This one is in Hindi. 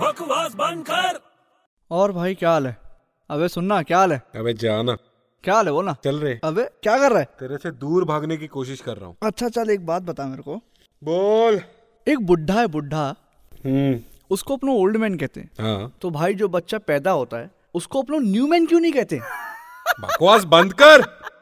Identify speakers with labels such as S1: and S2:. S1: बकवास बंद कर
S2: और भाई क्या हाल है अबे सुनना क्या हाल है
S3: अबे जाना
S2: क्या हाल है बोलना
S3: चल रहे
S2: अबे क्या कर रहा है
S3: तेरे से दूर भागने की कोशिश कर रहा हूँ
S2: अच्छा चल एक बात बता मेरे को
S3: बोल
S2: एक बुढ़ा है बुढ़ा
S3: हम्म
S2: उसको अपना ओल्ड मैन कहते हैं
S3: हाँ
S2: तो भाई जो बच्चा पैदा होता है उसको अपना न्यू मैन क्यों नहीं कहते
S3: बकवास बंद कर